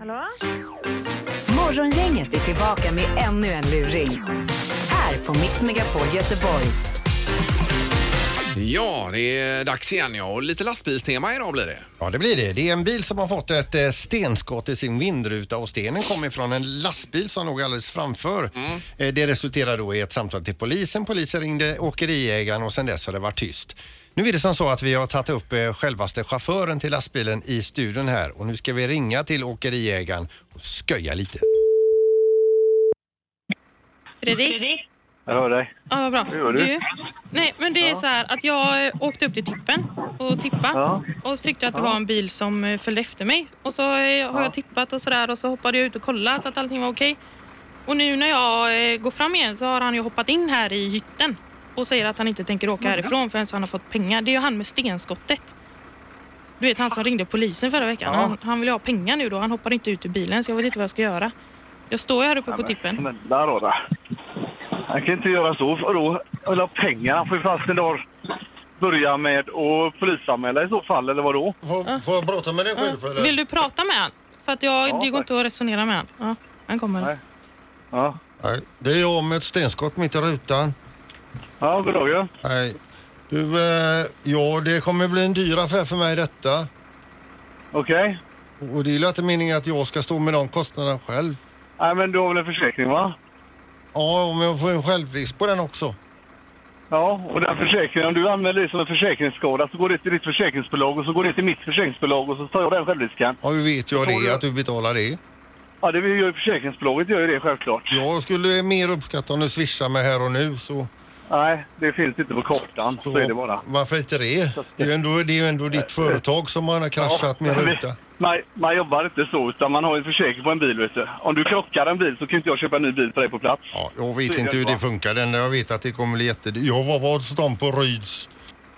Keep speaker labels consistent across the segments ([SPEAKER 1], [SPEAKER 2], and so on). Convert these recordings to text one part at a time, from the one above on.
[SPEAKER 1] Hallå?
[SPEAKER 2] Morgongänget är tillbaka med ännu en luring. Här på Mix Megapol Göteborg.
[SPEAKER 3] Ja, det är dags igen ja. Och lite lastbilstema idag blir det.
[SPEAKER 4] Ja, det blir det. Det är en bil som har fått ett eh, stenskott i sin vindruta och stenen kom ifrån en lastbil som låg alldeles framför. Eh, Det resulterade då i ett samtal till polisen. Polisen ringde åkeriägaren och sedan dess har det varit tyst. Nu är det som så att vi har tagit upp eh, självaste chauffören till lastbilen i studion här och nu ska vi ringa till åkeriägaren och sköja lite.
[SPEAKER 5] Fredrik?
[SPEAKER 6] Jag hör dig.
[SPEAKER 5] Ja, vad bra.
[SPEAKER 6] gör du?
[SPEAKER 5] Nej, men det är så här att jag eh, åkte upp till tippen och tippa
[SPEAKER 6] Ja.
[SPEAKER 5] och så tyckte jag att det var en bil som eh, följde efter mig. Och så eh, har jag tippat och sådär och så hoppade jag ut och kollade så att allting var okej. Och nu när jag eh, går fram igen så har han ju hoppat in här i hytten och säger att han inte tänker åka härifrån förrän han har fått pengar. Det är ju han med stenskottet. Du vet han som ringde polisen förra veckan. Han, han vill ju ha pengar nu då. Han hoppar inte ut ur bilen så jag vet inte vad jag ska göra. Jag står ju här uppe på tippen.
[SPEAKER 6] Snälla rara. Han kan inte göra så. För då vill ha pengar. Han får ju fast en dag börja med att polisanmäla i så fall, eller vadå?
[SPEAKER 4] Får jag prata med dig själv
[SPEAKER 5] Ah. Vill du prata med han? För att jag, det går inte att resonera med han. Ja, han kommer.
[SPEAKER 6] Nej. Ja.
[SPEAKER 4] Nej, det är jag med ett stenskott mitt i rutan.
[SPEAKER 6] Ja, god dag ja.
[SPEAKER 4] Nej. Du, eh, ja det kommer bli en dyr affär för mig detta.
[SPEAKER 6] Okej.
[SPEAKER 4] Och det är ju inte meningen att jag ska stå med de kostnaderna själv.
[SPEAKER 6] Nej, men du har väl en försäkring va?
[SPEAKER 4] Ja, om jag får en självrisk på den också.
[SPEAKER 6] Ja, och den försäkringen, om du anmäler det som en försäkringsskada så går det till ditt försäkringsbolag och så går det till mitt försäkringsbolag och så tar jag den självrisken.
[SPEAKER 4] Ja, hur vet jag
[SPEAKER 6] Får
[SPEAKER 4] det,
[SPEAKER 6] du-
[SPEAKER 4] att du betalar det?
[SPEAKER 6] Ja, det gör ju försäkringsbolaget, gör ju det självklart.
[SPEAKER 4] Jag skulle mer uppskatta om du swishar mig här och nu. Så,
[SPEAKER 6] Nej, det finns inte på kartan. Så, är det bara.
[SPEAKER 4] Varför inte det? Det är ju ändå, det är ju ändå ditt företag som har kraschat min
[SPEAKER 6] men-
[SPEAKER 4] ruta.
[SPEAKER 6] Man, man jobbar inte så, utan man har en försäkring på en bil. Vet du. Om du krockar en bil så kan inte jag köpa en ny bil för dig på plats.
[SPEAKER 4] Ja, jag vet
[SPEAKER 6] det
[SPEAKER 4] inte hur
[SPEAKER 6] bra.
[SPEAKER 4] det funkar. Det enda jag vet att det kommer bli jättedyrt. Jag var var hos dem på Ryds.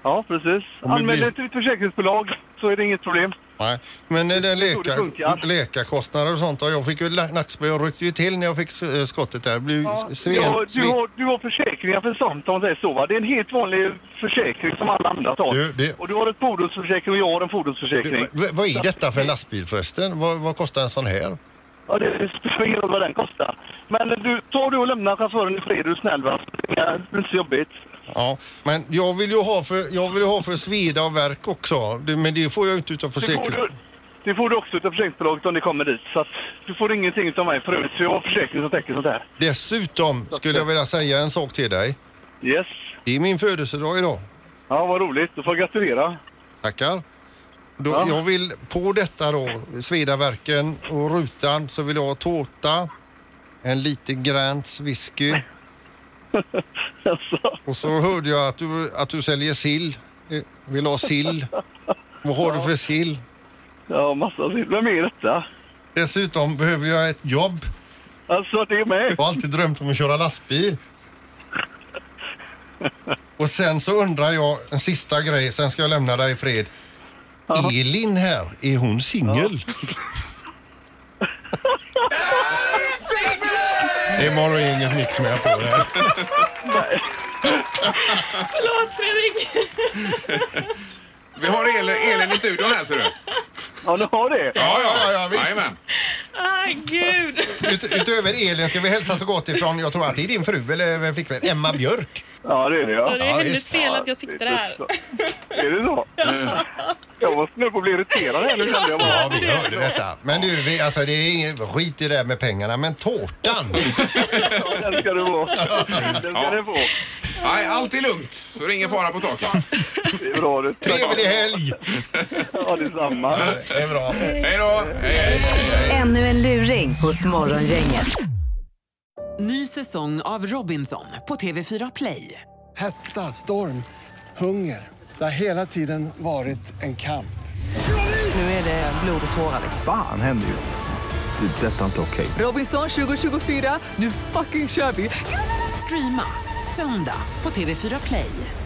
[SPEAKER 6] Ja, precis.
[SPEAKER 4] Om det
[SPEAKER 6] Anmäl
[SPEAKER 4] blir-
[SPEAKER 6] dig till ditt försäkringsbolag så är det inget problem.
[SPEAKER 4] Nej, men eh, den
[SPEAKER 6] tror det
[SPEAKER 4] läkar,
[SPEAKER 6] funkar.
[SPEAKER 4] läkarkostnader och sånt. och Jag fick ju la- nackspö. Jag ryckte ju till när jag fick eh, skottet där. Det blev ju
[SPEAKER 6] Ja,
[SPEAKER 4] sven,
[SPEAKER 6] du, har,
[SPEAKER 4] sven-
[SPEAKER 6] du, har, du har försäkringar för sånt om det är så. Va? Det är en helt vanlig försäkring som alla andra tar.
[SPEAKER 4] Du, det-
[SPEAKER 6] Och du har en fordonsförsäkring och jag har en fordonsförsäkring.
[SPEAKER 4] Du, v- vad är detta för en lastbil förresten? Vad, vad kostar en sån här?
[SPEAKER 6] Ja, det spelar ingen roll vad den kostar. Men du, tar du och lämnar chauffören i fred, är du snäll va? Det är inte så jobbigt.
[SPEAKER 4] Ja, men jag vill ju ha för, jag vill ju ha för sveda och verk också. Det, men det får jag inte utav
[SPEAKER 6] Det får,
[SPEAKER 4] försäkringen.
[SPEAKER 6] du, det får du också utav försäkringsbolaget om det kommer dit. Så att du får ingenting utav mig för övrigt. Så jag har försäkring som täcker sånt här.
[SPEAKER 4] Dessutom skulle jag vilja säga en sak till dig.
[SPEAKER 6] Yes.
[SPEAKER 4] Det är min födelsedag idag.
[SPEAKER 6] Ja, vad roligt. Du får jag gratulera.
[SPEAKER 4] Tackar. Då,
[SPEAKER 6] Ja.
[SPEAKER 4] Jag vill på detta då, svedaverken och rutan, så vill jag ha tårta, en liten Grants whisky
[SPEAKER 6] Alltså,
[SPEAKER 4] och så hörde jag att du, att du säljer sill. Eh, Vill ha sill. Vad har du för sill?
[SPEAKER 6] ja, massa sill. Vem är detta?
[SPEAKER 4] Dessutom behöver jag ett jobb.
[SPEAKER 6] Alltså, det är med.
[SPEAKER 4] Jag har alltid drömt om att köra lastbil. Och sen så undrar jag en sista grej, sen ska jag lämna dig i fred. Elin här, är hon singel? Det är morgon inget mix med på det här.
[SPEAKER 5] Förlåt Fredrik!
[SPEAKER 3] Vi har Elin, Elin i studion här ser du.
[SPEAKER 6] Ja, du har det.
[SPEAKER 3] Ja,
[SPEAKER 4] ja, ja, visst.
[SPEAKER 3] Jajamän.
[SPEAKER 5] Ah, gud!
[SPEAKER 4] Ut, utöver Elin ska vi hälsa så gott ifrån, jag tror att det är din fru eller eh, flickvän, Emma Björk.
[SPEAKER 6] Ja, det är det ja.
[SPEAKER 5] Det är
[SPEAKER 4] Ja,
[SPEAKER 5] hennes
[SPEAKER 4] visst.
[SPEAKER 5] fel att jag sitter här.
[SPEAKER 6] Är det så? Jag var snäll på att bli irriterad här nu kände jag
[SPEAKER 4] Ja,
[SPEAKER 6] bara.
[SPEAKER 4] vi hörde detta. Men du, vi, alltså, det är ingen, skit i det här med pengarna, men tårtan.
[SPEAKER 6] Ja, Den ska du få. Den ska du få.
[SPEAKER 3] Nej, allt är lugnt. Så det är ingen fara på taket.
[SPEAKER 6] Det är bra du.
[SPEAKER 4] Trevlig helg!
[SPEAKER 6] Ja, detsamma.
[SPEAKER 4] Det är bra.
[SPEAKER 3] Hej då. Hej, hej, hej.
[SPEAKER 2] Ännu en luring hos Morgongänget.
[SPEAKER 7] Ny säsong av Robinson på TV4 Play.
[SPEAKER 8] Hetta, storm, hunger. Det har hela tiden varit en kamp.
[SPEAKER 7] Nu är det blod och tårar.
[SPEAKER 9] Fan händer just nu. Det. är Detta är inte okej.
[SPEAKER 7] Robinson 2024, nu fucking kör vi! Streama söndag på TV4 Play.